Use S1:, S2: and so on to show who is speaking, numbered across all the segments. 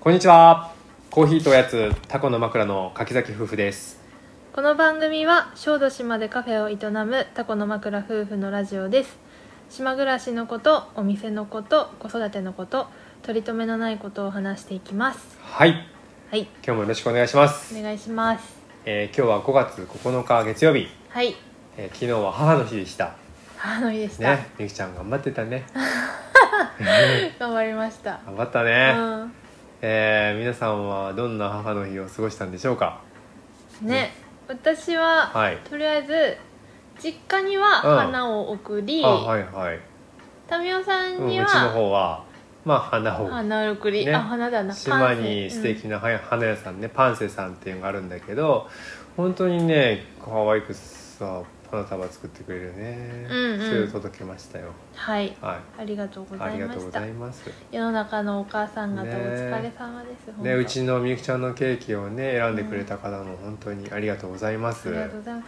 S1: こんにちはコーヒーとおやつタコの枕の柿崎夫婦です
S2: この番組は小豆島でカフェを営むタコの枕夫婦のラジオです島暮らしのことお店のこと子育てのこと取り留めのないことを話していきます
S1: はい
S2: はい
S1: 今日もよろしくお願いします
S2: お、願いします
S1: えー今日は5月9日月曜日、
S2: はい
S1: えー昨日は母の日でした
S2: 母の日でした、
S1: ねゆきちゃん頑張ってたね
S2: 頑張りました、
S1: 頑張った
S2: う
S1: ね、
S2: ん
S1: えー皆さんはどんな母の日を過ごしたんでしょうか
S2: ね私は、
S1: はい
S2: とりあえず実家には
S1: うん
S2: 花を送り、
S1: あはいはい、
S2: 民生さ
S1: うんん、うち
S2: に
S1: の
S2: は
S1: 方はまあ花を
S2: 花を送り、
S1: ね
S2: あ花だな
S1: 島に素敵な花花屋さんね、パンセさんっていうのがあるんだけど本当にね可愛くさ花束作ってくれるね、
S2: うんうん
S1: それを届けましたよ
S2: パンはい
S1: は
S2: ありがとうご
S1: い
S2: ざ
S1: あ
S2: い
S1: りが
S2: ま
S1: とう
S2: し
S1: ご
S2: た
S1: ざいます
S2: 世の中のお母さん方お
S1: ね
S2: 疲れ様です、本当
S1: ねうちのみゆきちゃんのケーキをね選んでくれた方も本当にありがとうございます、
S2: ありがとうございます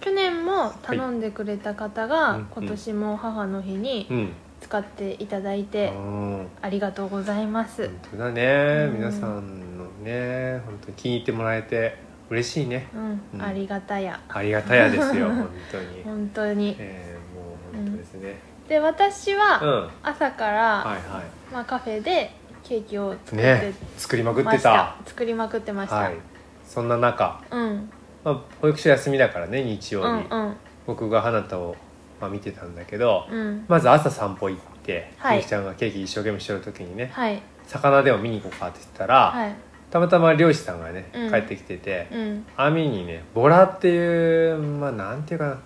S2: 去年も頼んでくれた方が、
S1: いうんうん
S2: 今年も母の日
S1: う
S2: に
S1: ん
S2: 使っていただいて、
S1: うん
S2: ありがとうございます
S1: 本当だね、
S2: うん
S1: 皆さんのね本当に気に入ってもらえて嬉しいね
S2: うん、
S1: うん
S2: ありがたや
S1: ありがたやですよ 本当に、
S2: 本当に
S1: えーもう本当ですね
S2: で私
S1: う
S2: は
S1: ん、は
S2: 朝か
S1: い
S2: ら、
S1: はい
S2: まあ、カフェでケーキを作って
S1: ね作りまくっ
S2: ま
S1: て
S2: したた作りまくってました、
S1: はいそんな中、
S2: うん
S1: まあ、保育所休みだからね日
S2: う
S1: 曜
S2: ん
S1: 日、
S2: うん
S1: 僕が花田を、まあ、見てたんだけど、
S2: うん
S1: まず朝散歩行って、
S2: はい
S1: ゆきちゃんがケーキ一生懸命してる時にね、
S2: はい
S1: 魚でも見に行こうかって言ったら、
S2: はい
S1: たまたま漁師さんがね
S2: うん
S1: 帰ってきてて、
S2: うん
S1: 網にねボラっていうまあなんていうかな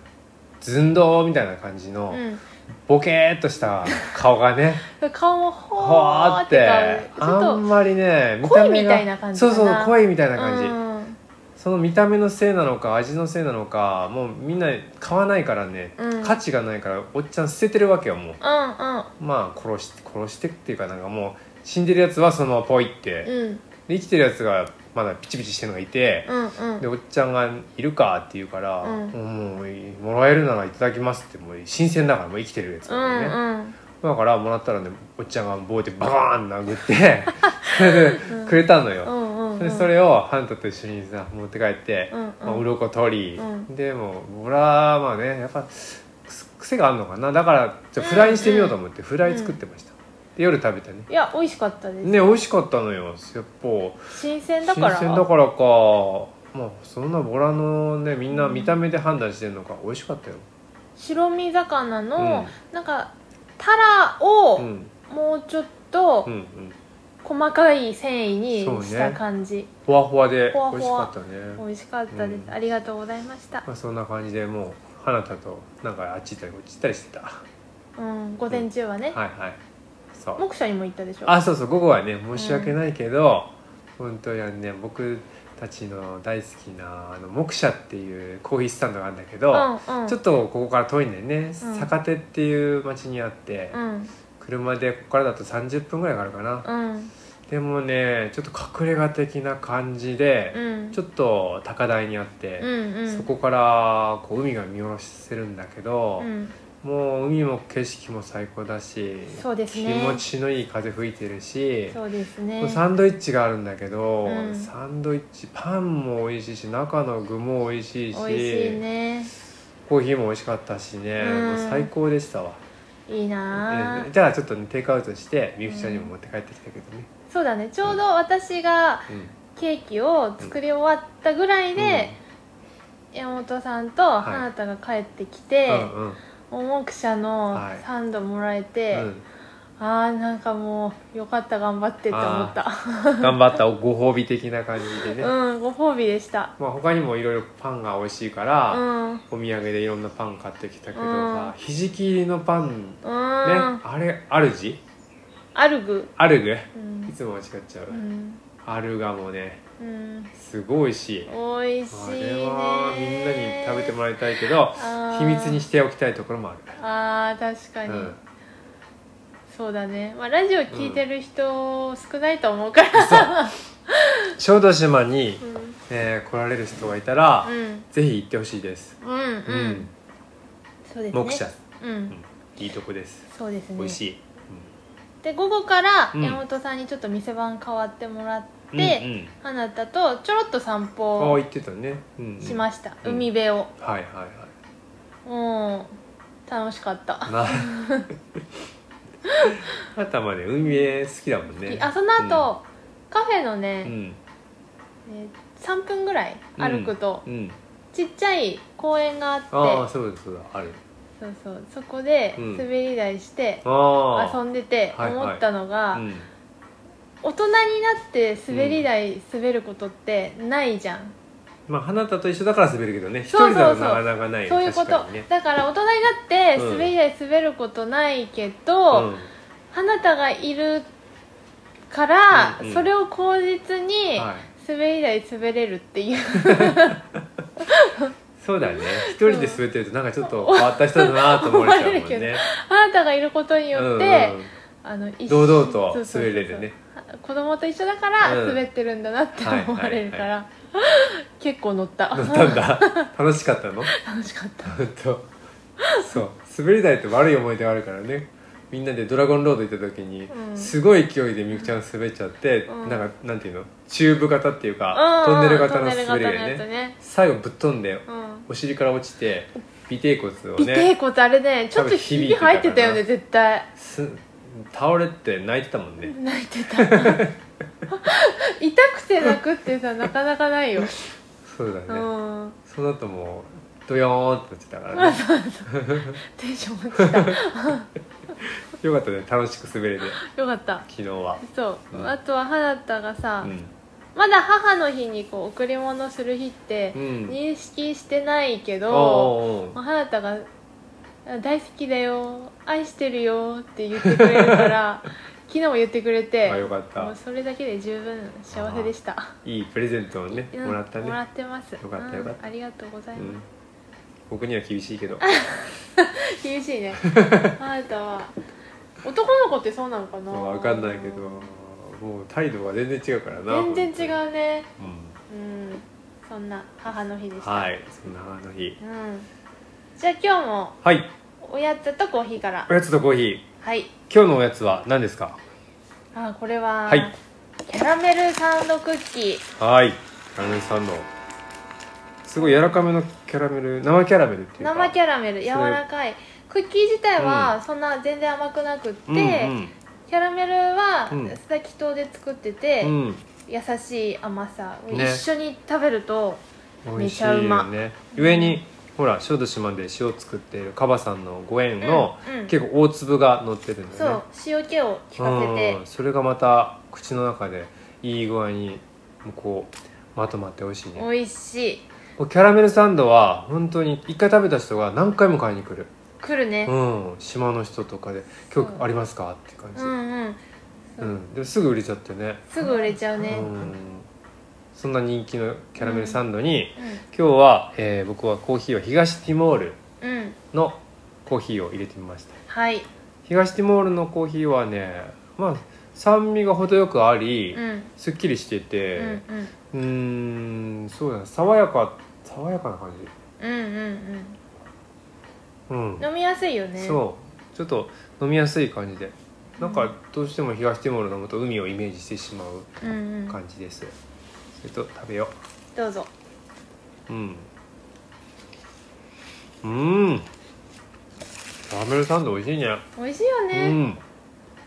S1: 寸胴みたいな感じの、
S2: う
S1: ボケーっとした顔が ね
S2: ん顔もほ
S1: ほわ
S2: ー
S1: ーっ
S2: っ
S1: てて
S2: 顔ちょっ
S1: あ
S2: と
S1: んまりね
S2: 恋みたいな感じかな
S1: そうそう恋みたいな感じ、
S2: うん
S1: その見た目のせいなのか味のせいなのかもうみんな買わないからね、
S2: うん
S1: 価値がないからおっちゃん捨ててるわけよもう
S2: うん
S1: まあ殺して殺してっていうかなんかもう死んでるやつはそのままポイって、
S2: うんうん
S1: で生きてるやつがまだピチピチしてるのがいて、
S2: うん
S1: で
S2: うん
S1: おっちゃんが「いるか?」って言うから、
S2: うん
S1: もうもらえるならいただきます」ってもう新鮮だからもう生きてるやつだ
S2: う
S1: からね、
S2: んうん
S1: だからもらったらねおっちゃんが棒でバーン殴って それでくれたのよ、
S2: うんうん
S1: でそれをハントと一緒にさ持って帰って、
S2: うんうん
S1: まあ、鱗取り、
S2: うん
S1: でもボラまあねやっぱくす癖があるのかなだからじゃあフライにしてみようと思って、フライ作ってました、で夜食べたね
S2: いや美味しかったです、
S1: ね美味しかったのよやっぱ
S2: 新鮮だから
S1: 新鮮だからかまあそんなボラのねみんな見た目で判断してるのか美味しかったよ
S2: 白身魚の、
S1: う
S2: なんかタラを
S1: うん
S2: もうちょっと
S1: うんうん
S2: 細かい繊維に
S1: そうね
S2: した感じ、
S1: ほわほわで
S2: ほわほ
S1: 美味しか
S2: わ
S1: ったね
S2: 美味しかったです、
S1: うん
S2: ありがとうございました
S1: ま、あそんな感じでもう花田となんかあっち行ったりこっち行ったりしてたは
S2: うん、午前中はね、
S1: いはいそう
S2: 目者にも行ったでしょ
S1: あそうそう午後はね申し訳ないけど、本当にね僕たちの大好きなあの目車っていうコーヒースタンドがあるんだけど、
S2: うんうん
S1: ちょっとここから遠いんだよね、
S2: ん
S1: 坂手っていう町にあって、
S2: うん
S1: 車でここからだと30分ぐらいかかるかな、
S2: うん
S1: でもねちょっと隠れ家的な感じで、
S2: うん
S1: ちょっと高台にあって、
S2: うんうん
S1: そこからこう海が見下ろせるんだけど、
S2: うん
S1: もう海も景色も最高だし
S2: そうですね
S1: 気持ちのいい風吹いてるし
S2: そうですね
S1: サンドイッチがあるんだけど、
S2: うん
S1: サンドイッチパンも美味しいし中の具も美味しいし
S2: 美味しいね
S1: コーヒーも美味しかったしね、
S2: うん
S1: もう最高でしたわ、
S2: いいなあ
S1: えじゃあちょっとねテイクアウトしてみゆきちゃんにも持って帰ってきたけどね、
S2: そうだねちょうど私が
S1: うん
S2: ケーキを作り終わったぐらいで、山本さんと花田が帰ってきて、
S1: うんうん
S2: 重く者の
S1: はい
S2: サンドもらえて、
S1: うん
S2: ああなんかもうよかった頑張ってって思った、
S1: 頑張ったご褒美的な感じでね、
S2: うんご褒美でした
S1: まあ他にもいろいろパンが美味しいか
S2: う
S1: ら、
S2: んうん
S1: お土産でいろんなパン買ってきたけど
S2: うん
S1: さ、ひじき入りのパンね、あれアルジ
S2: アルグ
S1: アルグ
S2: う
S1: い
S2: ん、
S1: つも間違っちゃう、
S2: うん
S1: アルガもね
S2: うん、
S1: すごい美味しい
S2: 美味し
S1: あ
S2: いね
S1: れはみんなに食べてもらいたいけど
S2: あー
S1: 秘密にしておきたいところもある
S2: あー確かに、
S1: うん
S2: そうだね、まあ、ラジオ聞いてる人少ないと思うから
S1: 小豆島に、
S2: うん
S1: えー来られる人がいたら、
S2: うん
S1: ぜひ行ってほしいです
S2: うんうん、
S1: うん
S2: そうですね
S1: 目車、
S2: う
S1: うんんいいとこです
S2: そうですね
S1: 美味しい、
S2: で午後から
S1: うん
S2: 山本さんにちょっと店番変わってもらっ
S1: うんう
S2: て、
S1: ん
S2: あなたとちょろっと散
S1: ああ
S2: 歩
S1: 言ってたね、うん、
S2: しました、
S1: うん
S2: 海辺を
S1: はいはいはい
S2: うん楽しかった、
S1: なあなたまで海辺好きだもんね
S2: あその後、カフェの
S1: う
S2: ね、
S1: ん
S2: えー3分ぐらい歩くと、
S1: うん、うん、
S2: ちっちゃい公園があって
S1: ああそうだそうだある
S2: そうそうそこで
S1: うん
S2: 滑り台して
S1: ああ
S2: 遊んでて
S1: はいはい
S2: 思ったのが、
S1: うん、
S2: 大人になって滑り台滑ることってないじゃん、
S1: まあ花田と一緒だから滑るけどね一
S2: そうそうそう
S1: 人だとなかなかないよ
S2: そういうこ
S1: 確
S2: と、
S1: かにね
S2: だから大人になって
S1: うん
S2: 滑り台滑ることないけど、
S1: うん
S2: 花田がいるから、
S1: うんうん
S2: それを口実に
S1: はい
S2: 滑り台滑れるっていう、
S1: そうだよね一人で滑ってるとなんかちょっと変わった人だなと思われちゃうもん
S2: 思われる
S1: ね
S2: 花田がいることによ
S1: うんう
S2: って、
S1: ん
S2: あの一
S1: 堂々と
S2: そうそうそうそう
S1: 滑れるね
S2: 子供と一緒だから
S1: うん
S2: 滑ってるんだなって思われるから、
S1: はい
S2: 結構乗った
S1: 乗ったんだ楽しかったの
S2: 楽しかった
S1: 本当そう滑り台って悪い思い出があるからねみんなでドラゴンロード行った時に、
S2: うん
S1: すごい勢いでみくちゃんが滑っちゃって、
S2: うん
S1: なんかなんていうのチューブ型っていうか、
S2: うん
S1: トンネル型の滑
S2: トン
S1: り
S2: ネル
S1: 台
S2: 型のや
S1: ね
S2: つね
S1: 最後ぶっ飛んで、
S2: うん
S1: お尻から落ちて尾てい骨を
S2: 尾てい
S1: ね
S2: 骨あれねちょっとひび入ってたよね
S1: 多分響いてたからな
S2: 絶対
S1: す倒れて泣いてたもんね、
S2: 泣いてた痛 くて泣くってさなかなかないよ、
S1: そうだね、
S2: うん
S1: その後もうドヨーンって落ちたから ね
S2: テンション落ちた
S1: よかったね楽しく滑れて
S2: よかった
S1: 昨日は
S2: そう、
S1: うん
S2: あとは花田がさ、
S1: うん
S2: まだ母の日にこう贈り物する日って
S1: うん
S2: 認識してないけ
S1: お
S2: ど、
S1: うおうおう
S2: まあ花田が「大好きだよ愛してるよ」って言ってくれるから 昨日も言ってくれて
S1: あよかった
S2: もうそれだけで十分幸せでした
S1: いいプレゼントをね
S2: うん
S1: もらったね
S2: もらってますよ
S1: かったよかった
S2: ありがとうございま
S1: う
S2: す、
S1: ん僕には厳しいけど
S2: 厳し いねあなたは男の子ってそうなのかな
S1: 分かんないけどもう態度が全然違うからな
S2: 全然
S1: う、
S2: 違うね
S1: う
S2: うんそんな母の日で
S1: ん、
S2: した、
S1: はいそんなあの日
S2: うん、じゃあ今日も
S1: はい
S2: おやつとコーヒーから
S1: おやつとコーヒー
S2: はい
S1: 今日のおやつは何ですか
S2: あこれは、
S1: はい
S2: キャラメルサンドクッキー
S1: はいキャラメルサンドすごい柔らかめのキャラメル生キャラメルっていうか
S2: 生キ
S1: ャ
S2: ャラメル柔らかいクッキー自体はそんな全然甘くなくって、
S1: うん
S2: キャラメルは
S1: うん
S2: 須崎糖で作ってて、
S1: うん、うん
S2: 優しい甘さ、
S1: ね
S2: 一緒に食べると
S1: 美味しい
S2: めちゃ
S1: よ
S2: う
S1: ね上にほら小豆島で塩作っているカバさんのご縁の、
S2: うんうん
S1: 結構大粒が乗ってるんだ
S2: そ
S1: よね
S2: う塩気を効かせて
S1: うんそれがまた口の中でいい具合にこうまとまって美味しいね
S2: 美味しい
S1: キャラメルサンドは本当に一回食べた人が何回も買いに来る、
S2: くるね
S1: うん、島の人とかで「
S2: そう
S1: 今日ありますか?」って感
S2: う
S1: じ、
S2: んうん、
S1: う、
S2: うん
S1: でもすぐ売れちゃってね
S2: すぐ売れちゃうね、
S1: う
S2: うん
S1: ん、そんな人気のキャラメルサンドに、今日は、えー僕はコーヒーを東ティモール
S2: うん、
S1: のコーヒーを入れてみました
S2: はい、
S1: 東ティモールのコーヒーはねまあ酸味が程よくあり、
S2: うんうん
S1: すっきりしてて、
S2: うん
S1: うーんそうだね爽やか爽やかな感じ
S2: うんうん
S1: うん、
S2: うん飲みやすいよね
S1: そうちょっと飲みやすい感じでなんかどうしても東ティモール飲むと海をイメージしてしまう
S2: う、うんうん、
S1: 感じです、それと食べよ
S2: どうぞ
S1: ううんうんキャラメルサンド美味しいね
S2: 美味しいよ
S1: う
S2: ね、
S1: ん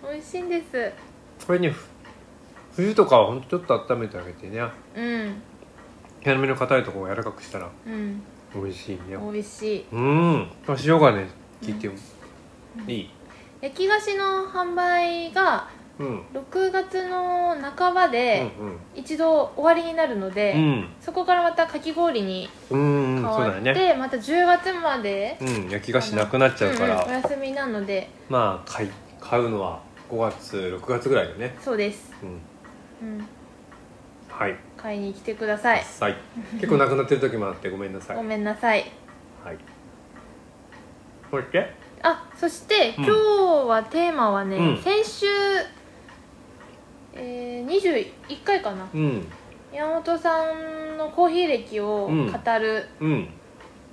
S2: 美味しいんです
S1: これねふ冬とかはほんとちょっと温めてあげてね
S2: うん
S1: キャラメルの硬いところを柔らかくしたら
S2: うん
S1: 美味しいね
S2: 美味しい
S1: うん塩がね効いてもいい
S2: 焼き菓子の販売が
S1: うん
S2: 6月の半ばで
S1: うん
S2: 一度終わりになるので、
S1: うん
S2: そこからまたかき氷に
S1: うん、うん、
S2: 変
S1: そう
S2: わ
S1: だ
S2: っ
S1: よ
S2: て、
S1: ね
S2: また10月まで
S1: うん焼き菓子なくなっちゃうから、
S2: うんうんお休みなので
S1: まあ買い買うのは5月6月ぐらいだね
S2: そうです、
S1: うん
S2: うん、
S1: はい、
S2: 買いに来てください
S1: さい結構なくなってる時もあってごめんなさい
S2: ご
S1: はい
S2: めんなさい
S1: これいけ
S2: あそして、
S1: うん
S2: 今日はテーマはね、
S1: うん
S2: 先週、えー、21回かな
S1: うん
S2: 山本さんのコーヒー歴を語る
S1: うん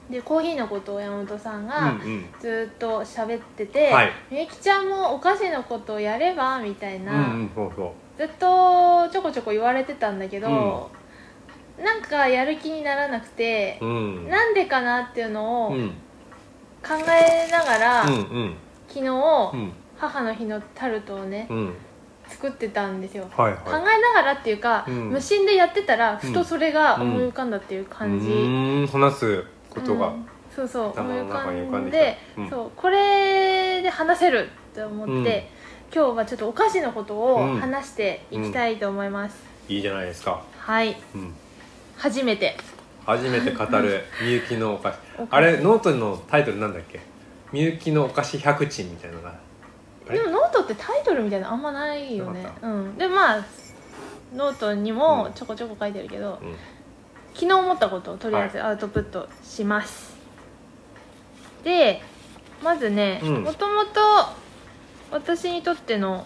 S2: でコーヒーのことを山本さん
S1: うんう
S2: が
S1: ん
S2: ずっと喋ってて、
S1: はい
S2: みゆきちゃんもお菓子のことをやればみたいな、
S1: うんうんそうそ
S2: ずっとちょこちょこ言われてたんだけど、なんかやる気にならなくて
S1: う、うん
S2: なんでかなっていうのを
S1: うんう
S2: 考
S1: ん
S2: えながら、
S1: うん
S2: 昨日、
S1: うん
S2: 母の日のタルトをね、
S1: うん
S2: 作ってたんですよ、
S1: はい
S2: 考え
S1: は
S2: ながらっていうか、
S1: うん
S2: 無心でやってたら
S1: うん
S2: ふとそれが思い浮かんだっていう
S1: い
S2: 感じ、
S1: うーん話すことが、
S2: うんそうそう思
S1: 頭
S2: い
S1: の
S2: 浮か
S1: 中に浮か
S2: ん
S1: ん
S2: で
S1: できたうん
S2: そうこれで話せると思って、
S1: うん
S2: 今日はちょっとお菓子のこと
S1: う
S2: を
S1: ん
S2: 話していきたいと思います、
S1: いいじゃないですか、
S2: はい
S1: うん、
S2: 初めて
S1: 初めて語 るみゆきのお菓子
S2: お菓子
S1: あれノートのタイトルなんだっけみゆきのお菓子百珍みたいなのがあれ
S2: でもノートってタイトルみたいなのあんまないよね
S1: なかっ
S2: うんでまあノートにもちょこちょこ書いてあるけど、
S1: うん
S2: 昨日思ったことをとりあえずアウトプットします、でまずね
S1: うん
S2: もともと私にとっての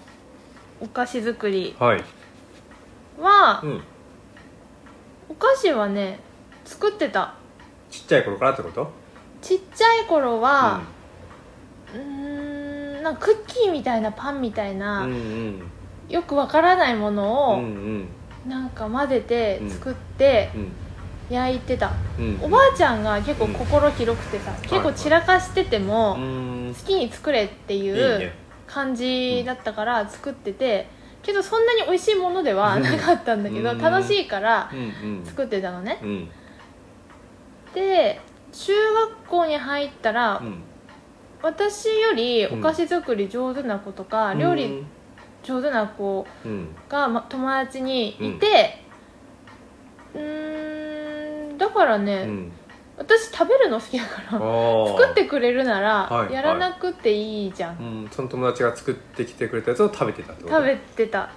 S2: お菓子作り
S1: はい、
S2: は、
S1: うん、
S2: お菓子はね作ってた
S1: ちっちゃい頃からってこと
S2: ちっちゃい頃はうーんなんかクッキーみたいなパンみたい
S1: うん
S2: な、
S1: うんうん
S2: よくわからないもの
S1: う
S2: を、
S1: んうん
S2: なんか混ぜて
S1: うん
S2: 作って
S1: うん
S2: 焼いてた、
S1: うん
S2: おばあちゃんが結構
S1: うん
S2: 心広くてさ、結構散らかしてても、
S1: うん
S2: 好きに作れってい
S1: いうね
S2: 感じだったから作っててけどそんなに美味しいものではなかったんだけど、
S1: うん
S2: 楽しいから
S1: うんうん
S2: 作ってたのね
S1: うん
S2: で中学校に入ったら、
S1: うん
S2: 私よりお菓子作り上手な子とか、料理上手な子
S1: うん
S2: が、ま、友達にいてうーんだからね、
S1: うん
S2: 私食べるの好きだから作
S1: 作
S2: ってくれるな
S1: はい
S2: ら
S1: はい
S2: やらなくていいじゃん、
S1: うんその友達が作ってきてくれたやつを食べてたってこと
S2: 食べてた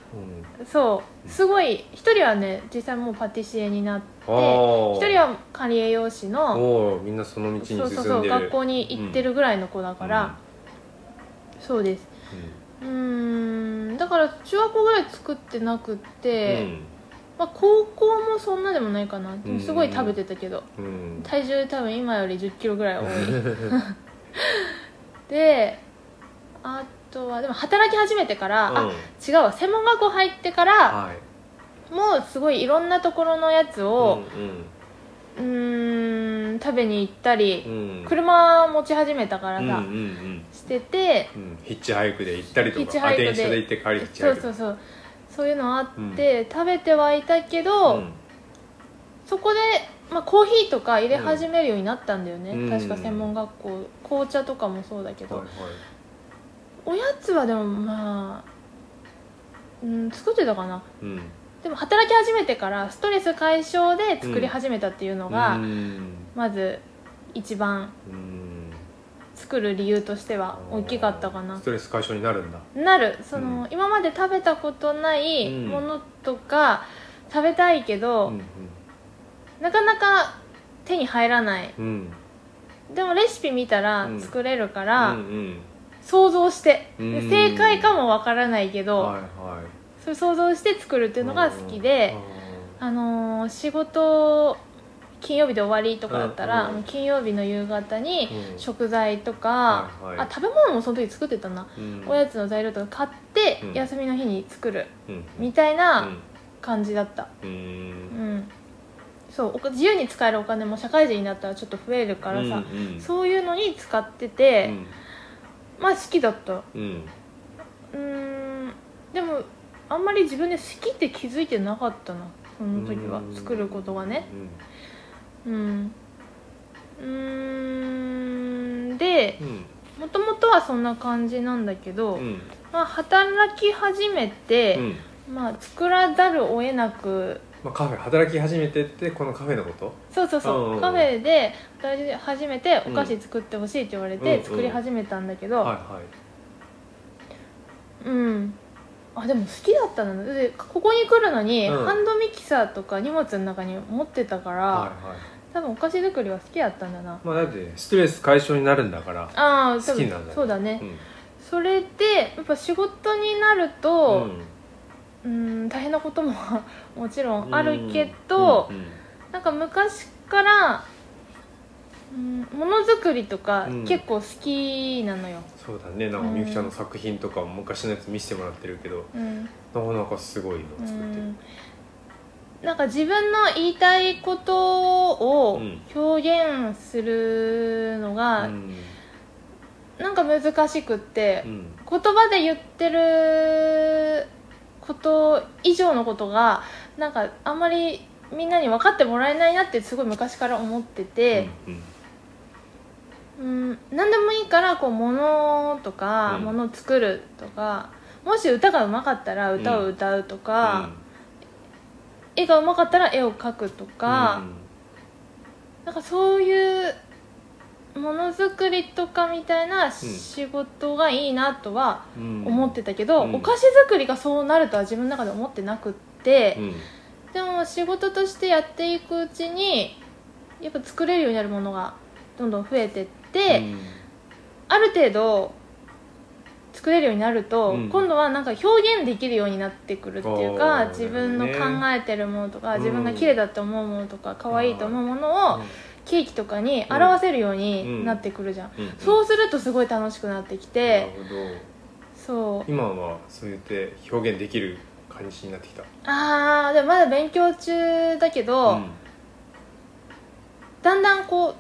S1: うん
S2: そうすごい一人はね実際もうパティシエになって
S1: あ
S2: 一
S1: ー
S2: 人は管理栄養士の
S1: おーみんなその道に進ん
S2: そう
S1: でる
S2: そうそう学校に行ってるぐらいの子だから、そうですうーんだから中学校ぐらい作ってなくっ
S1: うん
S2: て、まあ、高校もそんなでもないかな
S1: うん
S2: すごい食べてたけど
S1: うんうん
S2: 体重多分今より1 0キロぐらい 多いであとはでも働き始めてから、
S1: うん
S2: あ違うわ専門学校入ってから
S1: はい
S2: もうすごいいろんなところのやつを
S1: う
S2: うーん食べに行ったり、
S1: んうん
S2: 車持ち始めたからさ、
S1: うんうんうん
S2: してて
S1: うんヒッチハイクで行ったりと
S2: ヒッチ
S1: か
S2: ハ
S1: あ
S2: イクで
S1: 電車で行って帰りヒッチハイ
S2: そう
S1: ク
S2: そうそうそういうのあって、食べてはいたけど、
S1: うん
S2: そこで、まあ、コーヒーとか入れ始めるようになったんだよね、
S1: うん
S2: 確か専門学校紅茶とかもそうだけど、
S1: はいはい
S2: おやつはでもまあうん作ってたかな
S1: うん
S2: でも働き始めてからストレス解消で作り始めたっていうのが、
S1: うん
S2: まず一番
S1: うん
S2: 作る理由としては大きかったかな
S1: ストレス解消になるんだ
S2: なるそ
S1: う
S2: の、
S1: ん
S2: 今まで食べたことない
S1: うん
S2: ものとか食べたいけど、
S1: うん
S2: なかなか手に入らない
S1: うんうん
S2: でもレシピ見たら
S1: うん
S2: 作れるか
S1: う
S2: ら、
S1: ん
S2: 想像して、で
S1: うん
S2: 正解かもわからないけ
S1: うん
S2: ど、
S1: はいはい
S2: それ想像して作るっていうのが好きで、あのー仕事金曜日で終わりとかだったら、
S1: うんうん
S2: 金曜日の夕方に
S1: うん
S2: 食材とか、
S1: はいはい
S2: あ食べ物もその時作ってたな、
S1: うん
S2: おやつの材料とか買って、
S1: うん
S2: 休みの日に作る
S1: うん
S2: みたいな
S1: う
S2: 感じだった
S1: んう
S2: うん、
S1: ん
S2: そうお金自由に使えるお金も社会人になったらちょっと増えるからさ、
S1: うんうん
S2: そういうのに使ってて、
S1: うん
S2: まあ好きだったう
S1: うん
S2: ーんでもあんまり自分で好きって気づいてなかったなその時は
S1: うん
S2: 作ることがねうんうーんで
S1: うん
S2: もともとはそんな感じなんだけど、
S1: うん
S2: まあ、働き始め
S1: う
S2: て、
S1: ん
S2: まあ、作らざるを得なく
S1: まあカフェ働き始めてってこのカフェのこと
S2: そうそうそう、
S1: うん
S2: カフェで働き始めてお菓子作ってほしいって言われ
S1: うんう
S2: て
S1: ん
S2: 作り始めたんだけど、
S1: はいはい
S2: うんあでも好きだったのでここに来るのに、
S1: うん
S2: ハンドミキサーとか荷物の中に持ってたから、
S1: はいはい
S2: 多分お菓子作りは好きだったんだな
S1: まあだってストレス解消になるんだから
S2: ああ多
S1: 好き
S2: 分
S1: なんだ
S2: そうだね、
S1: うん
S2: それでやっぱ仕事になると、うん、大変なことも もちろんあるけど、
S1: うんうん
S2: なんか昔からうんものづくりとか
S1: うん
S2: 結構好きなのよ、
S1: そうだねなんか
S2: うん
S1: みゆきちゃんの作品とかも昔のやつ見せてもらってるけど
S2: うん
S1: なかなかすごいの
S2: う
S1: 作ってる
S2: んなんか自分の言いたいことを
S1: うん
S2: 表現するのが、
S1: うん
S2: なんか難しくって、
S1: うん
S2: 言葉で言ってること以上のことがなんかあんまりみんなに分かってもらえないなってすごい昔から思ってて、
S1: うん
S2: うん、何でもいいからこう物とか、
S1: うん
S2: 物作るとかもし歌がうまかったら歌を歌うとか、絵がうまかったら絵を描くとか、なんかそういうものづくりとかみたいな仕事がいいなとは思って
S1: た
S2: たけど、
S1: うん
S2: お菓子作りがそうなるとは自分の中で思ってなくって、でも仕事としてやっていくうちにやっぱ作れるようになるものがどんどん増えてって。ある程度作れるようになると、
S1: うん
S2: 今度はなんか表現できるようになってくるっていうか
S1: おー
S2: 自分の考えてるものとか、
S1: うん
S2: 自分が綺麗だと思うものとか可愛いと思うものを、ケーキとかに表せるようになってくるじゃん、そうするとすごい楽しくなってき
S1: なる
S2: て、
S1: ほど
S2: そう
S1: 今はそうやって表現できる感じになってきた
S2: あーでもまだ勉強中だけど、
S1: うん
S2: だんだんこう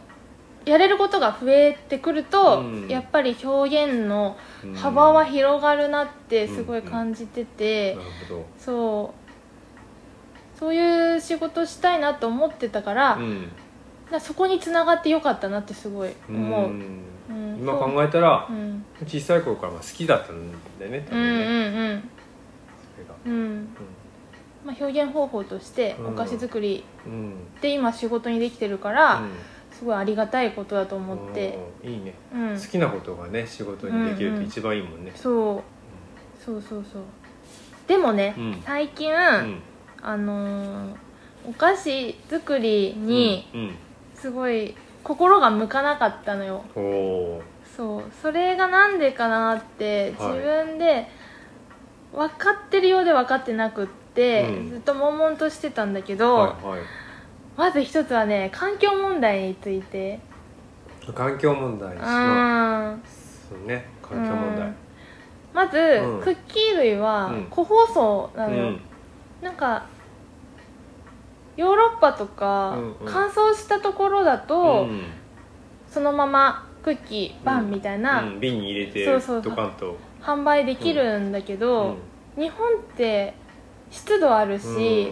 S2: やれることが増えてくると、
S1: うん
S2: やっぱり表現の
S1: うん
S2: 幅は
S1: なる
S2: 広がるなってすごい感じてて。
S1: ほ
S2: そうそういう仕事したいなと思ってたから,、
S1: どうん
S2: そこにつながってよかったなってすごい思う、
S1: ん
S2: うん
S1: 今
S2: そう
S1: 考えたら
S2: うん
S1: 小さい頃からまあ好きだったんだよね多
S2: うんうん
S1: 分ね
S2: うん
S1: それが
S2: うんまあ、表現方法として
S1: うん
S2: お菓子作り
S1: うんうん
S2: で今仕事にできてるから、
S1: うん
S2: すごいありがたいことだと思って、
S1: おーいいね
S2: うん、
S1: 好きなことがね仕事にできると一番いいもんね
S2: そうそうそうそうでもね、
S1: うん
S2: 最近、
S1: うん
S2: あのーお菓子作りに
S1: うん
S2: すごい心が向かなかったのよ、
S1: うんおー
S2: そうそれがなんでかなって自
S1: はい
S2: 分で分かってるようで分かってなくって、
S1: うん
S2: ずっと悶々としてたんだけど、
S1: はいはい
S2: まず一つはね環境問題について
S1: 環境問題
S2: うん
S1: のそうね環境問
S2: うん
S1: 題
S2: まず、
S1: うん
S2: クッキー類は
S1: うん
S2: 個包装なのよ、
S1: うん
S2: なんかヨーロッパとか、
S1: うんうん
S2: 乾燥したところだと、
S1: うん
S2: そのままクッキーバンみたいな、
S1: うん、瓶に入れて
S2: そうそうそ
S1: ド
S2: う
S1: カンと
S2: 販売できるんだけど、日本って湿度あ
S1: う
S2: る
S1: ん
S2: し、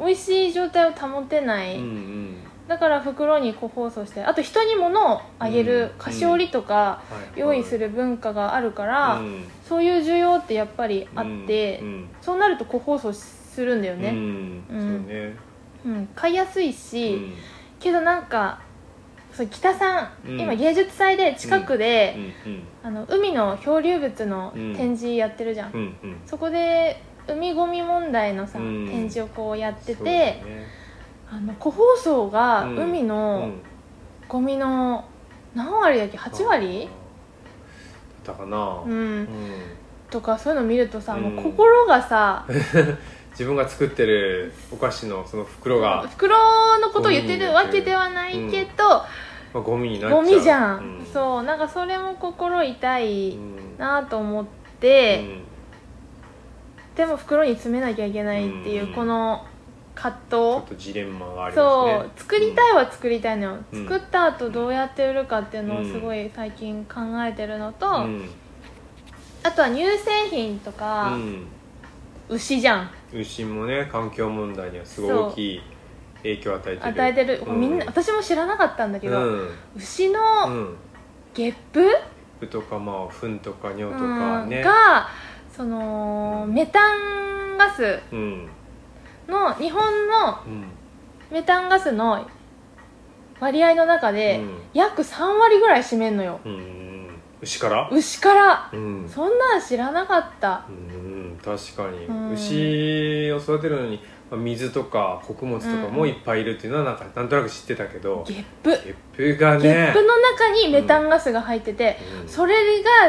S2: 美味しい状態を保てない、
S1: うんうん
S2: だから袋に個包装してあと人に物をあげ
S1: うん
S2: る菓子折りとか
S1: はい
S2: 用意する文化があるから、
S1: うん
S2: そういう需要ってやっぱりあって、
S1: うん
S2: そうなると個包装するんだよ
S1: うん
S2: ね、
S1: う
S2: うんん
S1: そうね
S2: うん買いやすいし、けどなんかそう北さん、
S1: うん
S2: 今芸術祭で近くで、
S1: うん
S2: あの海の漂流物の展示やってるじゃ
S1: う
S2: ん、
S1: んうんうん
S2: そこで海ごみ問題のさ、
S1: うん
S2: 展示をこうやって
S1: そう
S2: て、
S1: だね
S2: あの個包装が
S1: うん
S2: 海
S1: う
S2: の
S1: ん
S2: ゴミの何割だっけ8割
S1: あーだったかな
S2: うん、
S1: うん
S2: とかそういうの見るとさ、
S1: うん
S2: もう心がさ
S1: 自分が作ってるお菓子のその袋が
S2: 袋のことを言ってるわけではないけど、
S1: まあゴミになっちゃ
S2: ゴ
S1: う
S2: ミじゃん、
S1: う
S2: そうなんかそれも心痛
S1: う
S2: い
S1: ん
S2: なと思っ
S1: う
S2: て、
S1: ん
S2: でも袋に詰めなきゃいけないっていううんこの葛藤、
S1: ちょっとジレンマがあります
S2: そ
S1: ね
S2: う作りたいは作りたいのよ、
S1: うん
S2: 作った後どうやって売るかっていうの
S1: う
S2: を
S1: ん
S2: すごい最近考えてるのと、
S1: うん
S2: あとは乳製品とか、
S1: うん
S2: 牛じゃん
S1: 牛もね環境問題にはすごい大きい影響を与えてる
S2: 与えてる、
S1: う
S2: みんな私も知らなかったんだけど、
S1: うん
S2: 牛
S1: う
S2: の
S1: ん
S2: ゲップ、
S1: 糞とかまあ糞とか尿と
S2: うん
S1: かね
S2: がそのメタンガス
S1: うん
S2: の日本の
S1: うん
S2: メタンガスの割合の中で、
S1: うん
S2: 約3割ぐらい占めんのよ
S1: うん牛から
S2: 牛から
S1: うんう
S2: そんなん知らなかった
S1: ん確かに
S2: うん
S1: 牛を育てるのにまあ水とか穀物とかもいっぱいいるっていうのはなんかなんとなく知ってたけど
S2: ゲップ
S1: ゲップが
S2: ゲッ
S1: ね
S2: プの中にメタンガスが入ってて、
S1: うん
S2: それ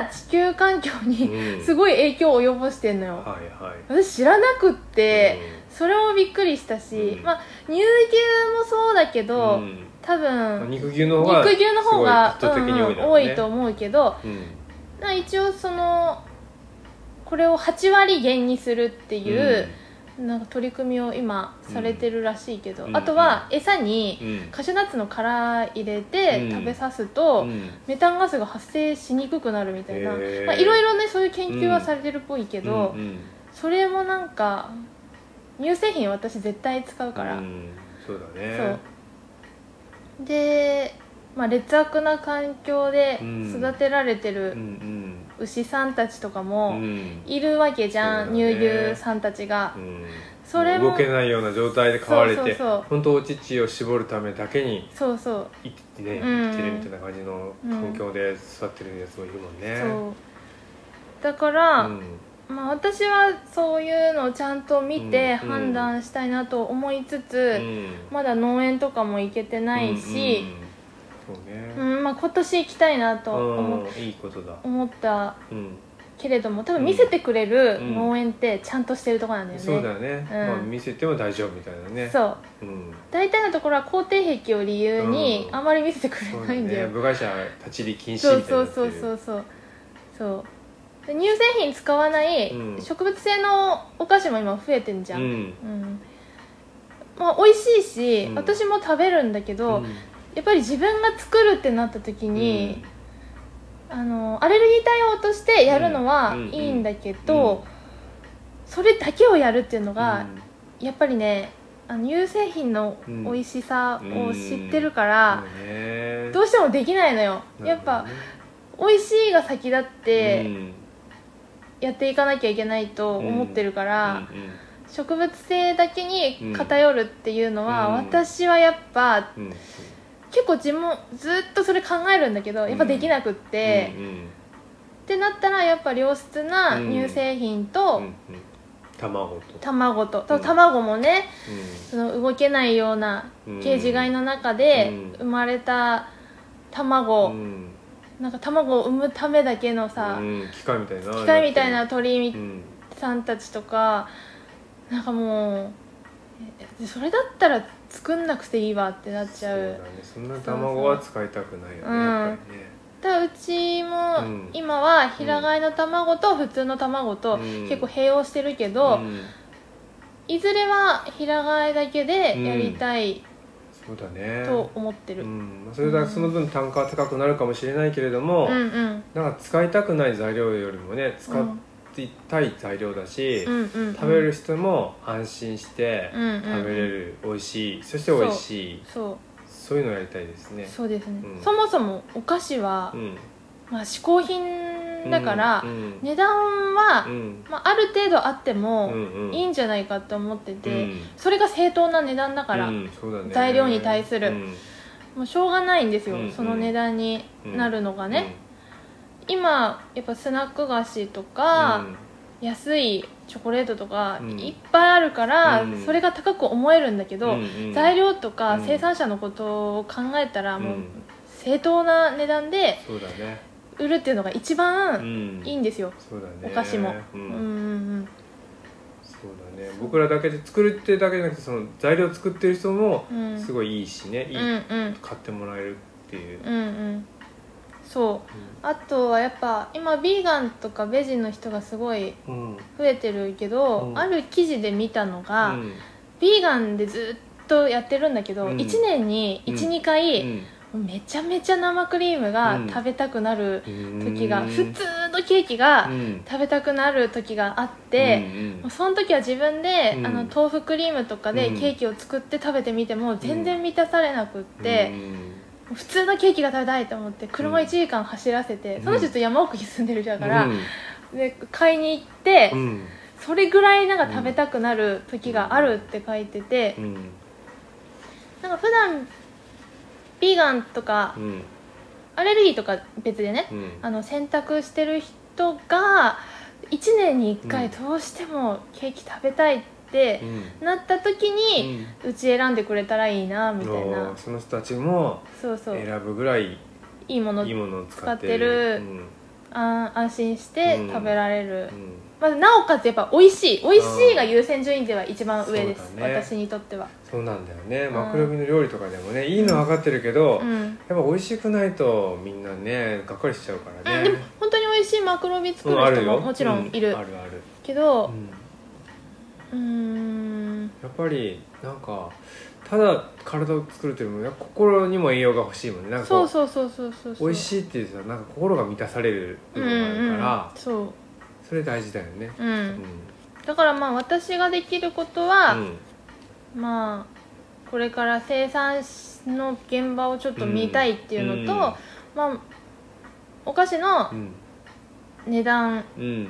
S2: が地球環境に
S1: うん
S2: すごい影響を及ぼしてんのよ、
S1: はいはい
S2: 私知らなくって、
S1: うん
S2: それもびっくりしたし、
S1: うん
S2: まあ乳牛もそうだけど、
S1: うん
S2: 多分
S1: 肉牛の方が
S2: 肉牛の方が
S1: すごい圧倒的に多いだろ
S2: 多
S1: うね
S2: いと思うけど
S1: うん
S2: な一応そのこれを8割減にするっていう、なんか取り組みを今されてるらしいけど、
S1: うん
S2: あとは餌に
S1: うん
S2: カシューナッツの殻入れて
S1: うん
S2: 食べさすと、
S1: うん
S2: メタンガスが発生しにくくなるみたいな、
S1: へー
S2: まあ、いろいろねそういう研究はされてるっぽいけど、
S1: うんうん
S2: それもなんか乳製品私絶対使うから、
S1: うんそうだ
S2: そ
S1: ね
S2: うで、まあ、劣悪な環境で
S1: うん
S2: 育てられて
S1: うん
S2: る牛さんたちとか
S1: うんう
S2: も
S1: ん
S2: いるわけじゃん、
S1: そうだね
S2: 乳牛さんたちが、
S1: うん
S2: それも
S1: 動けないような状態で飼われ
S2: そうそう
S1: て
S2: そう
S1: 本当お乳を絞るためだけに
S2: そうそう
S1: 生きてね
S2: うん
S1: 生きてるみたいな感じの環境で育ってるやつもいるもんね
S2: そうだから、
S1: うん
S2: まあ、私はそういうのをちゃんと見て
S1: うん
S2: 判断したいなと思いつ
S1: う
S2: つ、
S1: ん
S2: まだ農園とかも行けてないし、
S1: うんうんうん
S2: う
S1: そう
S2: ん
S1: ね
S2: まあ、今年行きたいなと思,、
S1: うんいいことだ
S2: 思った
S1: うん
S2: けれども多分見せてくれる
S1: うん
S2: 農園ってちゃんとしてるとこなんだよね、
S1: そうだよね
S2: うん
S1: まあ見せても大丈夫みたいなね
S2: そ
S1: う
S2: う
S1: ん
S2: 大体のところは肯定壁を理由に
S1: うん
S2: あまり見せてく
S1: そ
S2: れ
S1: う
S2: な
S1: だ
S2: いんだ
S1: ね
S2: よ、
S1: 部外者立ち入り禁止
S2: そう
S1: みたい
S2: そ
S1: に
S2: う
S1: な
S2: そう
S1: って
S2: そ
S1: る
S2: うそうそうで乳製品使わない
S1: うん
S2: 植物性のお菓子も今増えてんじゃん、
S1: うん
S2: うんまあ、美味しいし、
S1: うん
S2: 私も食べるんだけど、やっぱり自分が作るってなった時
S1: うん
S2: に、あのアレルギー対応としてやるのは
S1: うん
S2: いいんだけ
S1: うん
S2: ど、それだけをやるっていうの
S1: う
S2: が、
S1: ん
S2: やっぱりねあの乳製品の
S1: うん
S2: 美味しさを知ってるから、
S1: そうね
S2: どうしてもできないのよ、やっ
S1: な
S2: ぱ
S1: る
S2: 美味しいが先だっ
S1: ほどねう
S2: て
S1: ん
S2: やっていかなきゃいけないと思ってるから、
S1: うんうん
S2: 植物性だけに偏るっていうのは、
S1: うん
S2: 私はやっぱ
S1: うん
S2: 結構自分もずっとそれ考えるんだけどやっぱできなくって、
S1: うんうん
S2: ってなったらやっぱ良質な乳製品と
S1: うんうん卵と
S2: 卵と、
S1: うん
S2: 卵もね
S1: う
S2: その動けないような
S1: うん
S2: ケージ飼いの中で
S1: うん
S2: 生まれた
S1: ん
S2: 卵、
S1: うん
S2: なんか卵を産むためだけのさ、
S1: うん機械みたいな
S2: 機械みたいな
S1: う
S2: 鳥
S1: ん
S2: さんたちとかなんかもうえそれだったら作んなくていいわってなっちゃ
S1: そうだ
S2: う
S1: ねそんな卵は使いたくないよ
S2: うん
S1: ねやっぱりね
S2: だからうちも
S1: うん
S2: 今は平飼いの卵と普通の卵と
S1: うん
S2: 結構併用してるけど、
S1: うん
S2: いずれは平飼いだけでやりたい
S1: そうだね
S2: と思ってる、
S1: うんまあそれだその分単価は高くなるかもしれないけれども、
S2: うんうん
S1: なんか使いたくない材料よりもね使いたい材料だし、
S2: うんうんうん
S1: 食べる人も安心して
S2: うんうんうん
S1: 食べれる、美味しいそして美味しい
S2: そ
S1: そういうのをやりたいです
S2: う
S1: ね
S2: そうですね、
S1: うん
S2: そもそもお菓子は、
S1: う
S2: まあ、嗜好品
S1: ん
S2: だから、
S1: うん
S2: 値段は、
S1: うん
S2: まあ、ある程度あって
S1: う
S2: も
S1: んうん
S2: いいんじゃないかって思ってて、
S1: うん
S2: それが正当な値段だから、
S1: うんそうだね
S2: 材料に対する
S1: うん
S2: もうしょうがないんですよ、
S1: うんうん
S2: その値段になるのがね、今やっぱスナック菓子とか、安いチョコレートとか
S1: うん
S2: いっぱいあるから、
S1: うん
S2: それが高く思えるんだけ
S1: うん
S2: ど、
S1: うんうん
S2: 材料と
S1: う
S2: か
S1: ん
S2: 生産者のことを考えたら
S1: うん
S2: もう正当な値段で
S1: そうだね
S2: 売るっていうのが一
S1: う
S2: 番
S1: ん
S2: いいんですよ、
S1: そうだね
S2: お菓子も、
S1: う
S2: うんん、うん
S1: そうだね僕らだけで作るってだけじゃなくてその材料作ってる人も
S2: うんうん
S1: すごいいいしね、
S2: う
S1: い
S2: ん
S1: い
S2: うん
S1: 買ってもらえるっていう、
S2: うんうんそうあとはやっぱ今ビーガンとかベジの人がすごい
S1: うんうん
S2: 増えてるけど、
S1: うん
S2: ある記事で見たの
S1: う
S2: が、
S1: ん
S2: ビーガンでずっとやってるんだけど、
S1: うん
S2: 1年に12、2回、めちゃめちゃ生クリームが食べたくなる
S1: うん
S2: 時が、
S1: うん
S2: 普通のケーキが
S1: うん
S2: 食べたくなる時があって、
S1: うん
S2: もうその時は自分で、
S1: うん
S2: あの豆腐クリームとかで
S1: うん
S2: ケーキを作って食べてみても全然満たされなくって、
S1: う
S2: 普通のケーキが食べたいと思って車1時間走らせて、
S1: うん
S2: その人ちょっと山奥に住んでる人だ
S1: ん
S2: から、
S1: うん
S2: で買いに行って、
S1: うん
S2: それぐらいなんか食べたくなる時があるって書いてて、
S1: うん
S2: なんか普段ビーガンとか
S1: うん
S2: アレルギーとか別でね、
S1: うん
S2: あの選択してる人が1年に1回どうしてもケーキ食べたいってなった時に、うち選んでくれたらいいなみたい
S1: おー
S2: な
S1: その人たちも
S2: そうそう
S1: 選ぶぐらい
S2: いいもの
S1: いいものを使って
S2: 使ってる
S1: うん
S2: あん安心して食べられる
S1: うん
S2: まずなおかつやっぱ美味しい美味しいが優先順位では一番上です、
S1: そうだね
S2: 私にとっては
S1: そうなんだよね
S2: ん
S1: マクロビの料理とかでもねいいのは分かってるけど、
S2: う
S1: やっぱ
S2: ん、
S1: 美味しくないとみんなねがっかりしちゃうから
S2: うん
S1: ね
S2: でも本当に美味しいマクロビ作る
S1: うんあ
S2: 人
S1: るよ
S2: ももちろんいる,、
S1: うあるある、
S2: け
S1: う
S2: ど
S1: ん
S2: うーん
S1: やっぱりなんかただ体を作るというよりもやっぱ心にも栄養が欲しいもんねなんかこ
S2: そううそうそうそうそうそう
S1: 美味しいっていうさなんか心が満たされる部分があるから
S2: うんうん、そ
S1: それ大事だよね
S2: う、う
S1: うん
S2: ん、だからまあ私ができることは、
S1: うん
S2: まあこれから生産の現場をちょっと見たいっていうのと、
S1: うん
S2: まあお菓子の
S1: うん
S2: 値段
S1: うんうん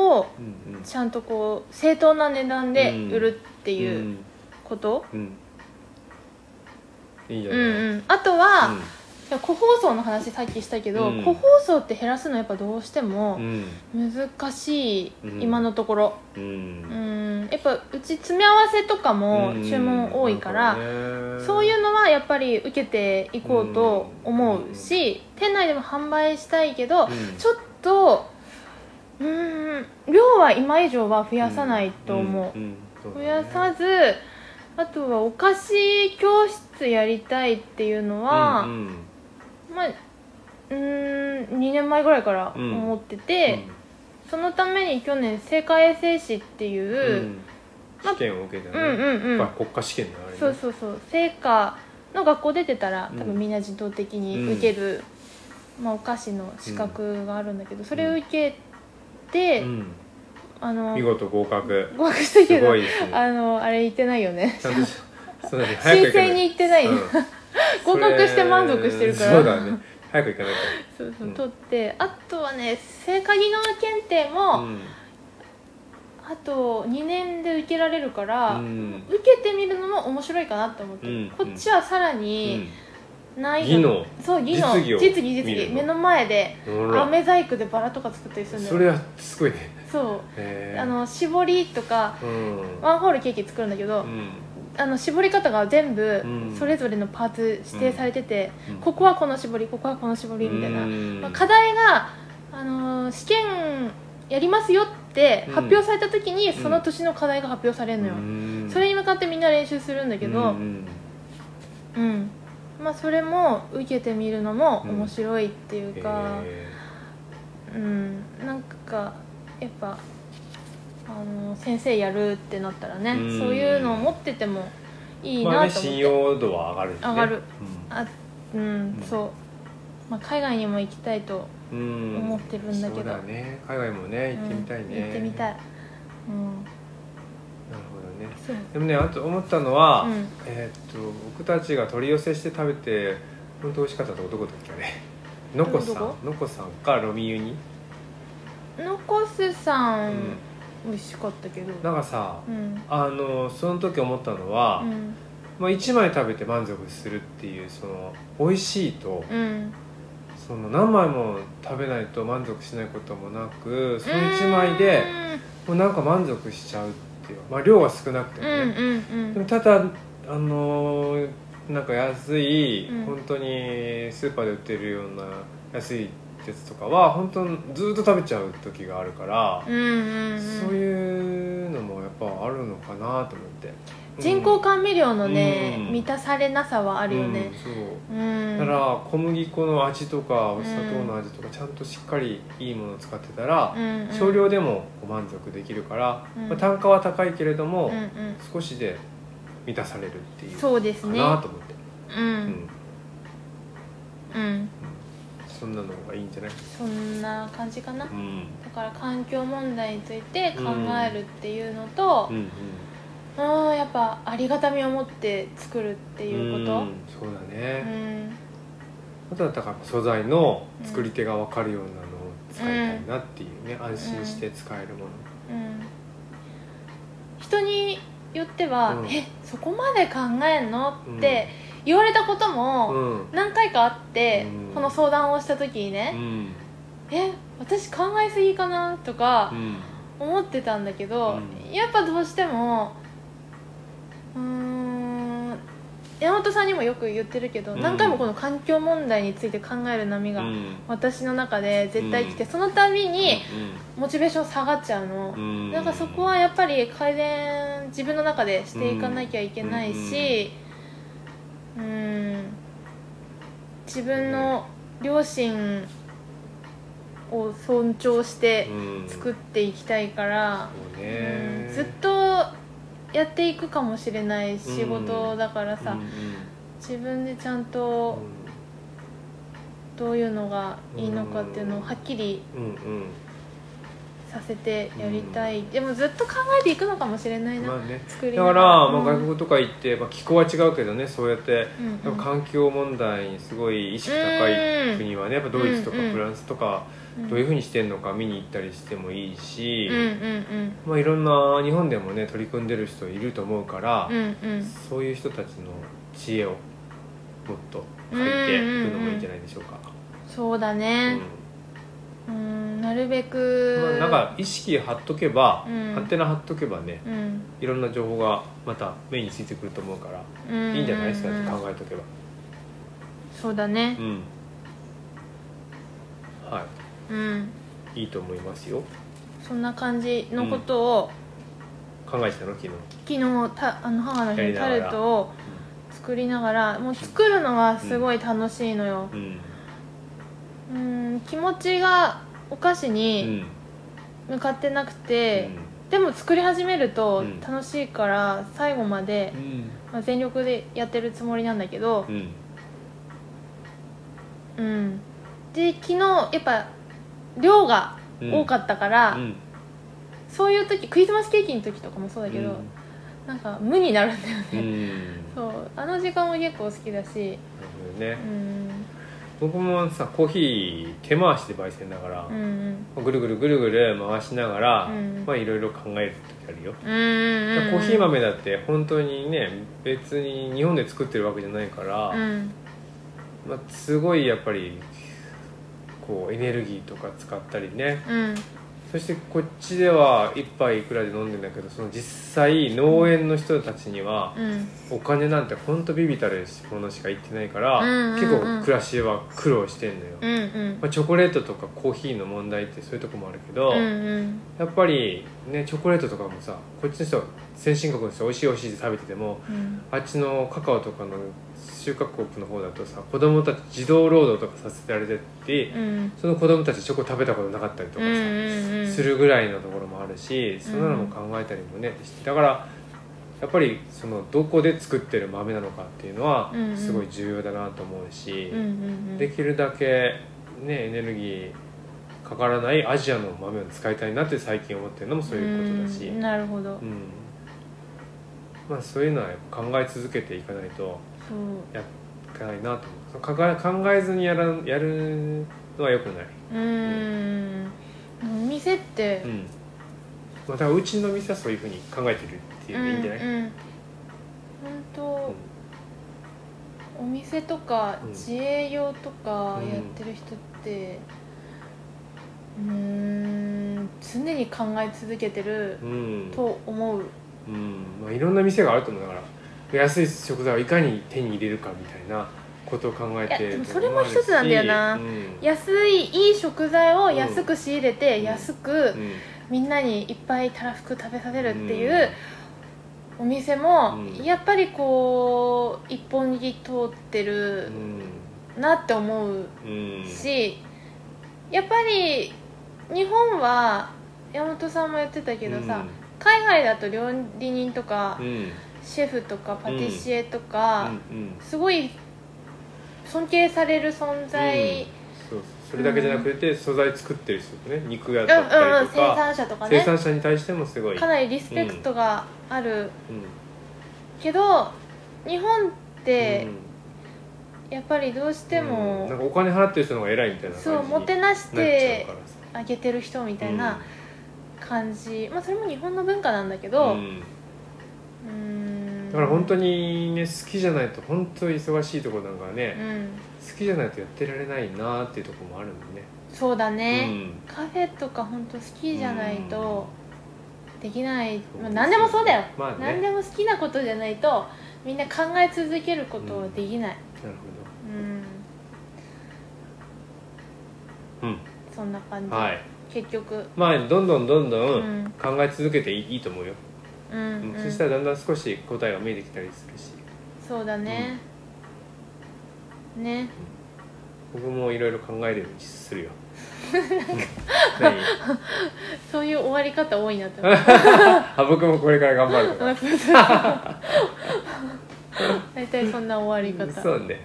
S2: を
S1: うん
S2: ちゃんとこう正当な値段で売るって
S1: う
S2: いうんこと、
S1: うんいいんじ
S2: う
S1: ゃ
S2: んう
S1: ない、
S2: ん
S1: うん
S2: あとは、個包装の話さっきしたけど、
S1: うん
S2: 個包装って減らすのやっぱどうしても
S1: うん
S2: 難しい、
S1: うん
S2: 今のところ
S1: う
S2: うんんやっぱうち詰め合わせとかも注文多いから、そういううのはやっぱり受けていこうと思うし、店内でも販売したいけど、
S1: ん
S2: ちょっとうーん量は今以上は増やさないと思う,、
S1: んんそうだ
S2: 増
S1: ね
S2: やさずあとはお菓子教室やりたいっていうのは、
S1: うん
S2: まあうーん2年前ぐらいから思ってて、そのために去年世界衛生士っていうう、
S1: ん試験を受けた
S2: うん
S1: よね、
S2: うんうん
S1: まあ国家試験だよあれね
S2: そうそうそう成果の学校出てたら
S1: うん
S2: 多分みんな自動的に受ける、まあ、お菓子の資格があるんだけど、それを受けて、
S1: うん
S2: あの
S1: 見事合格
S2: 合格したけ
S1: す
S2: ど
S1: ごいですね
S2: あのあれ行ってないよね
S1: ちゃんとしそうだね早く行
S2: 申
S1: かない
S2: 請に行ってない、
S1: うん
S2: 合格して満足してるから
S1: それそうだね早く行かない
S2: そうそう
S1: うん
S2: 取ってあとはね聖火技能検定
S1: と
S2: も、
S1: うん
S2: あと2年で受けられるから、
S1: うん
S2: 受けてみるのも面白いかなって思ってる、
S1: うん
S2: こっちはさらに難易
S1: 技
S2: 度、
S1: 能
S2: そう技能
S1: 実技を
S2: 実技
S1: 見
S2: 実
S1: る
S2: 技
S1: の
S2: 目の前で
S1: ほら
S2: 飴細工でバラとか作ったりするんだよ
S1: それはすごいね
S2: そう
S1: へー
S2: あの絞りとか
S1: うん
S2: ワンホールケーキ作るんだけ
S1: う
S2: ど、
S1: ん
S2: あの絞り方が全部
S1: うん
S2: それぞれのパーツ指定されてて、
S1: うん
S2: ここはこの絞りここはこの絞りみたいな、
S1: うん
S2: まあ課題が、あのー試験やりますよって発表された時に、
S1: ん
S2: その年の課題が発表されるのよ、
S1: うん
S2: それに向かってみんな練習するんだけど、
S1: うんうん
S2: うんまあ、それも受けてみるのも面白いっていうか、
S1: へ
S2: うん、なんかやっぱあの先生やるってなったらね、
S1: うん
S2: そういうのを持っててもい
S1: ー
S2: い
S1: まあ
S2: な
S1: ね
S2: と思っ
S1: 信
S2: て、
S1: 用度は上がるよね
S2: 上がるあうん
S1: うん
S2: そう、まあ、海外にも行きたいと
S1: うんうん
S2: 思ってるんだ
S1: そ
S2: けど
S1: うだね海外もね行ってみたいね
S2: うん行ってみたいうん
S1: なるほどね
S2: そう
S1: でもねあと思ったのは、
S2: うん
S1: えーっと僕たちが取り寄せして食べて本当美味しかったとこどこだっけねのこさ
S2: どこ
S1: んのこさんかロミユニ、
S2: ノコスさ、
S1: うんん、
S2: 美味しかったけど
S1: なんかさ
S2: うん
S1: あのその時思ったのは、
S2: うん
S1: まあ、1枚食べて満足するっていうその美味しいと、
S2: うん
S1: その何枚も食べないと満足しないこともなくその1枚でもうなんか満足しちゃうっていう、まあ、量は少なくて
S2: うん
S1: も
S2: う
S1: ね、
S2: んう
S1: で
S2: んう
S1: も
S2: ん
S1: ただあのーなんか安い、
S2: うん
S1: 本当にスーパーで売ってるような安いやつとかは本当にずっと食べちゃう時があるから、
S2: うんうん
S1: そういうのもやっぱあるのかなと思って
S2: 人工甘味料のね、
S1: うん
S2: 満たされなさはあ
S1: あ
S2: るよね、
S1: そう
S2: うん
S1: だから小麦粉の味とかお砂糖の味とかちゃんとしっかりいいものを使ってたら、
S2: うんうん
S1: 少量でもご満足できるから、
S2: うん
S1: まあ、単価は高いけれども、
S2: うんうん
S1: 少しで満たされるっていう
S2: そうです
S1: か
S2: ね
S1: なと思って、
S2: う
S1: うんん、
S2: うん
S1: そんなのがいいんじゃない、
S2: そんな感じかな
S1: うん
S2: だから環境問題について考えるっていうのと
S1: うんうん、
S2: うんやっぱありがたみを持って作るっていうこ
S1: んそうだ
S2: とう
S1: ね、
S2: ん
S1: あとはだから素材の作り手が分かるようなのを使いたいなっていうね、安心して使えるもの、
S2: うん人によっては
S1: う
S2: 「
S1: ん
S2: えそこまで考えんの?」
S1: うん
S2: って言われたこと
S1: う
S2: も
S1: んうん
S2: 何回かあって
S1: うん
S2: この相談をした時に
S1: う
S2: ね
S1: ん
S2: 「え私考えすぎかな?」とか思ってたんだけど、
S1: う
S2: やっぱどうしてもうーん山本さんにもよく言ってるけど、
S1: うん
S2: 何回もこの環境問題について考える波
S1: う
S2: が、
S1: ん
S2: 私の中で絶対来て、
S1: うん
S2: その度にモチベーション下がっちゃうの、
S1: うん
S2: なんかそこはやっぱり改善自分の中でしていかなきゃいけないしうん、自分の両親を尊重して
S1: うん
S2: 作っていきたいから、
S1: そう
S2: う
S1: ね
S2: んずっとやっていくかもしれない仕事だからさ、
S1: うんうん
S2: 自分でちゃんとどういうのがいいのかっていうのをはっきり
S1: うんうん
S2: させてやりたい、でもずっと考えていくのかもしれない
S1: うん
S2: な、
S1: まあね
S2: 作
S1: だ
S2: り
S1: か
S2: なが
S1: ら、
S2: ら
S1: まあ、
S2: うん
S1: 外国とか行って、まあ、気候は違うけどねそうやって
S2: うんうん
S1: やっぱ環境問題にすごい意識高い国はねやっぱドイツとか
S2: うんうん
S1: フランスとかどういうふうにしてんのか見に行ったりしてもいいし、
S2: うんうん
S1: まあ、いろんな日本でもね取り組んでる人いると思うから
S2: うんう、んうん
S1: そういう人たちの知恵をもっと借りていくのもいいんじゃないでしょうか。
S2: そうだ
S1: うん
S2: ねうんなるべ
S1: ま
S2: く
S1: あ、なんか意識張っとけば、
S2: うん
S1: アンテナ張っとけばね
S2: うん
S1: いろんな情報がまた目についてくると思うから、
S2: うん
S1: いいんじゃないですか、
S2: うん
S1: 考えとけば。
S2: そうだね
S1: うんは
S2: うん
S1: い、いいと思いますよ
S2: そんな感じのことを
S1: 考えてたの昨日
S2: 昨日たあの母の日にタルトを
S1: う
S2: 作りながらもう作るのはすごい楽しいのよ
S1: ん
S2: うん気持ちがお菓子
S1: うん
S2: に向かってなくて、でも作り始めると
S1: うん
S2: 楽しいから最後まで
S1: う、ん
S2: まあ、全力でやってるつもりなんだけど
S1: うん
S2: うんで昨日やっぱ量が多かったから、
S1: うん
S2: そういう時クリスマスケーキの時とかもそうだけど、なんか無になるんだよね、
S1: うんうん
S2: そうあの時間も結構好き
S1: な
S2: だし
S1: るほどね
S2: うん
S1: 僕もさコーヒー手回しで焙煎だから
S2: うんう、ん
S1: ぐるぐるぐるぐる回しながら、
S2: うん
S1: まあいろいろ考える時あるよ、
S2: うんうんうん
S1: コーヒー豆だって本当にね別に日本で作ってるわけじゃないから、
S2: うん
S1: まあ、すごいやっぱりこうエネルギーとか使ったりね
S2: うん
S1: そしてこっちでは1杯いくらで飲んでんだけどその実際農園の人たちには
S2: うん
S1: お金なんてほんとビビたるものしか行ってないから、
S2: うんうんうん
S1: 結構暮らしは苦労してんのよ、
S2: うんうん
S1: まあ、チョコレートとかコーヒーの問題ってそういうとこもあるけど、
S2: うん
S1: やっぱりねチョコレートとかもさこっちの人先進国の人美味しい美味しいって食べてても
S2: うん
S1: あっちのカカオとかの収穫国の方だとさ子供たち児童労働とかさせられてって、
S2: うん
S1: その子供たちチョコ食べたことなかったりとかさ、
S2: うん
S1: するぐらいのところもあるしそんなのも考えたりもね、だからやっぱりそのどこで作ってる豆なのかっていうのは
S2: うんうん
S1: すごい重要だなと思うし、
S2: うんうんうん
S1: できるだけ、ね、エネルギーかからないアジアの豆を使いたいなって最近思ってるのもそういうことだし、
S2: う
S1: うんん
S2: なるほど
S1: まあ、そういうのはやっぱ考え続けていかないと
S2: そう
S1: やっかないなと思うかか考えずにやらんやるのはよくない。
S2: うーんお店って
S1: うん、まあ、だからうちの店はそういうふうに考えてるっていうのがいいんじゃない、
S2: うんうん本当お店とか
S1: うん
S2: 自営業とかやってる人ってうーん常に考え続けてる
S1: うん
S2: と思う
S1: うんまあ、いろんな店があると思うだから安い食材をいかに手に入れるかみたいなことを考えて
S2: いやでも
S1: ると
S2: それも
S1: こあるし
S2: 一つなんだよな
S1: うん
S2: 安いいい食材を安く仕入れて
S1: うん
S2: 安く
S1: うん
S2: みんなにいっぱいたらふく食べさせるっていう、
S1: うん
S2: お店も
S1: うん
S2: やっぱりこう一本に通ってるなって思う
S1: うんうん
S2: し、やっぱり日本は山本さんも言ってたけどさ、海外だと料理人とか
S1: うんうん
S2: シェフとかパティシエとか、
S1: うん
S2: すごい尊敬される存在、
S1: そうそれだけじゃなくて素材作ってる人とね肉屋
S2: うん、う
S1: だ
S2: ん
S1: った
S2: う
S1: り
S2: ん
S1: と
S2: 生
S1: か、
S2: 産者とか
S1: 生
S2: ね
S1: 産者に対してもすごい
S2: かなりリスペクトがある
S1: うん
S2: けど日本って
S1: うん
S2: やっぱりどうしても、
S1: うんなんかお金払ってる人の方が偉いみたいな感じに
S2: そうもてなし
S1: なっちゃう
S2: て
S1: からさ
S2: あげてる人みたいな感じ、まあそれも日本の文化なんだけ
S1: う
S2: ど、うん
S1: ん
S2: ーん、
S1: だから本当
S2: に
S1: にね好きじゃないと本当忙しいところなんか
S2: う
S1: ね、
S2: ん
S1: 好きじゃないとやってられないなっていうところもあるんでね
S2: そうだ
S1: う
S2: ね、
S1: ん
S2: カフェとか本当好きじゃないとできない、まあ、何でもそうだよ、
S1: まあね
S2: 何でも好きなことじゃないとみんな考え続けることはでき
S1: な
S2: ない
S1: る
S2: うん、
S1: ほどうん
S2: そんな感じ、
S1: はい
S2: 結局
S1: まあどんどんどんど
S2: うん
S1: ん考え続けていい,、と思うよ、
S2: うん、
S1: うん
S2: うん
S1: そしたらだんだん少し答えが見えてきたりするし
S2: そうだね、ね
S1: 僕もいろいろ考えるようにす るよ何
S2: そういう終わり方多いなって 思う
S1: あ僕もこれから頑張る とか
S2: 大体そんな終わり方
S1: そうね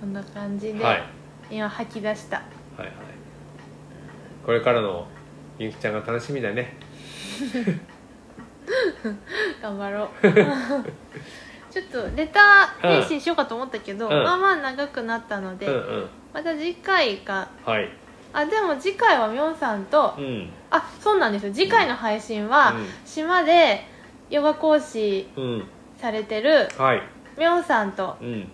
S2: うんそんな感じで、
S1: はい
S2: 今吐き出した
S1: はいはいこれからのゆきちゃんが楽しみだね
S2: 頑張ろ う ちょっとレター返信しようかと思ったけ
S1: う
S2: ど、
S1: ん
S2: まあまあ長くなったので、
S1: うんうん
S2: また次回か
S1: はい
S2: あでも次回はみょんさんと、
S1: うん
S2: あそうなんですよ次回の配信は、
S1: うん
S2: 島でヨガ講師
S1: うん
S2: されてる
S1: はい
S2: みょんさんと、
S1: うん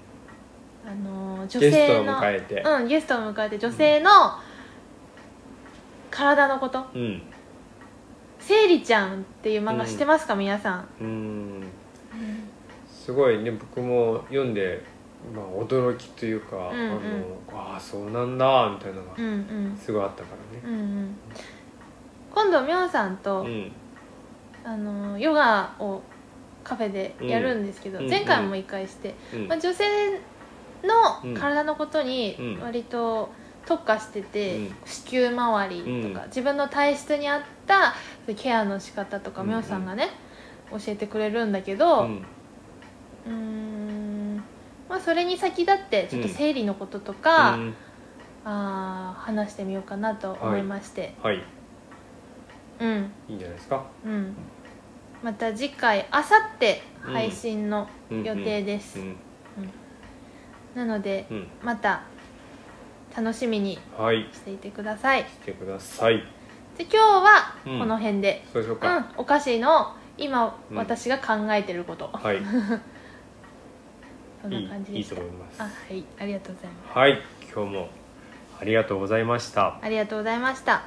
S2: あのー女
S1: ゲスト
S2: 性
S1: を
S2: の
S1: 迎えて
S2: うん、ゲストを迎えて女性の体のこと
S1: うん
S2: 「生理ちゃん」っていう漫画
S1: うん
S2: 知ってますか、皆さん
S1: うんすごいね僕も読んで、まあ、驚きというか、
S2: うんうん
S1: あのああそうなんだみたいなのが
S2: うんうん
S1: すごいあったからね
S2: うんうん今度みょんさんと、
S1: うん
S2: あのヨガをカフェでやるんですけど、
S1: うん
S2: 前回も一回して、
S1: うん
S2: まあ、女性の体のこと
S1: う
S2: に
S1: ん
S2: 割と特化してて、
S1: うん
S2: 子宮周りとか、
S1: うん
S2: 自分の体質に合ったケアの仕方とか
S1: うん
S2: みょんさんがね、教えてくれるんだけど、
S1: うん
S2: うーんまあ、それに先立ってちょっと生理のこととか、
S1: うん
S2: あー話してみようかなと思いまして、
S1: はいい
S2: うん
S1: いんじゃないですか
S2: うんまた次回あさって配信の
S1: うん
S2: 予定です、
S1: うん
S2: なので
S1: うん
S2: また楽しみに
S1: はい
S2: していてください
S1: 来てください
S2: で今日は
S1: うん
S2: この辺で、
S1: そうでしょう
S2: うん
S1: か、
S2: お菓子の今
S1: うん
S2: 私が考えてること、
S1: はい
S2: そん
S1: い
S2: な感じ
S1: いい
S2: で
S1: い
S2: した
S1: と思います
S2: あはいありがとうございます
S1: はい今日もありがとうございました
S2: ありがとうございました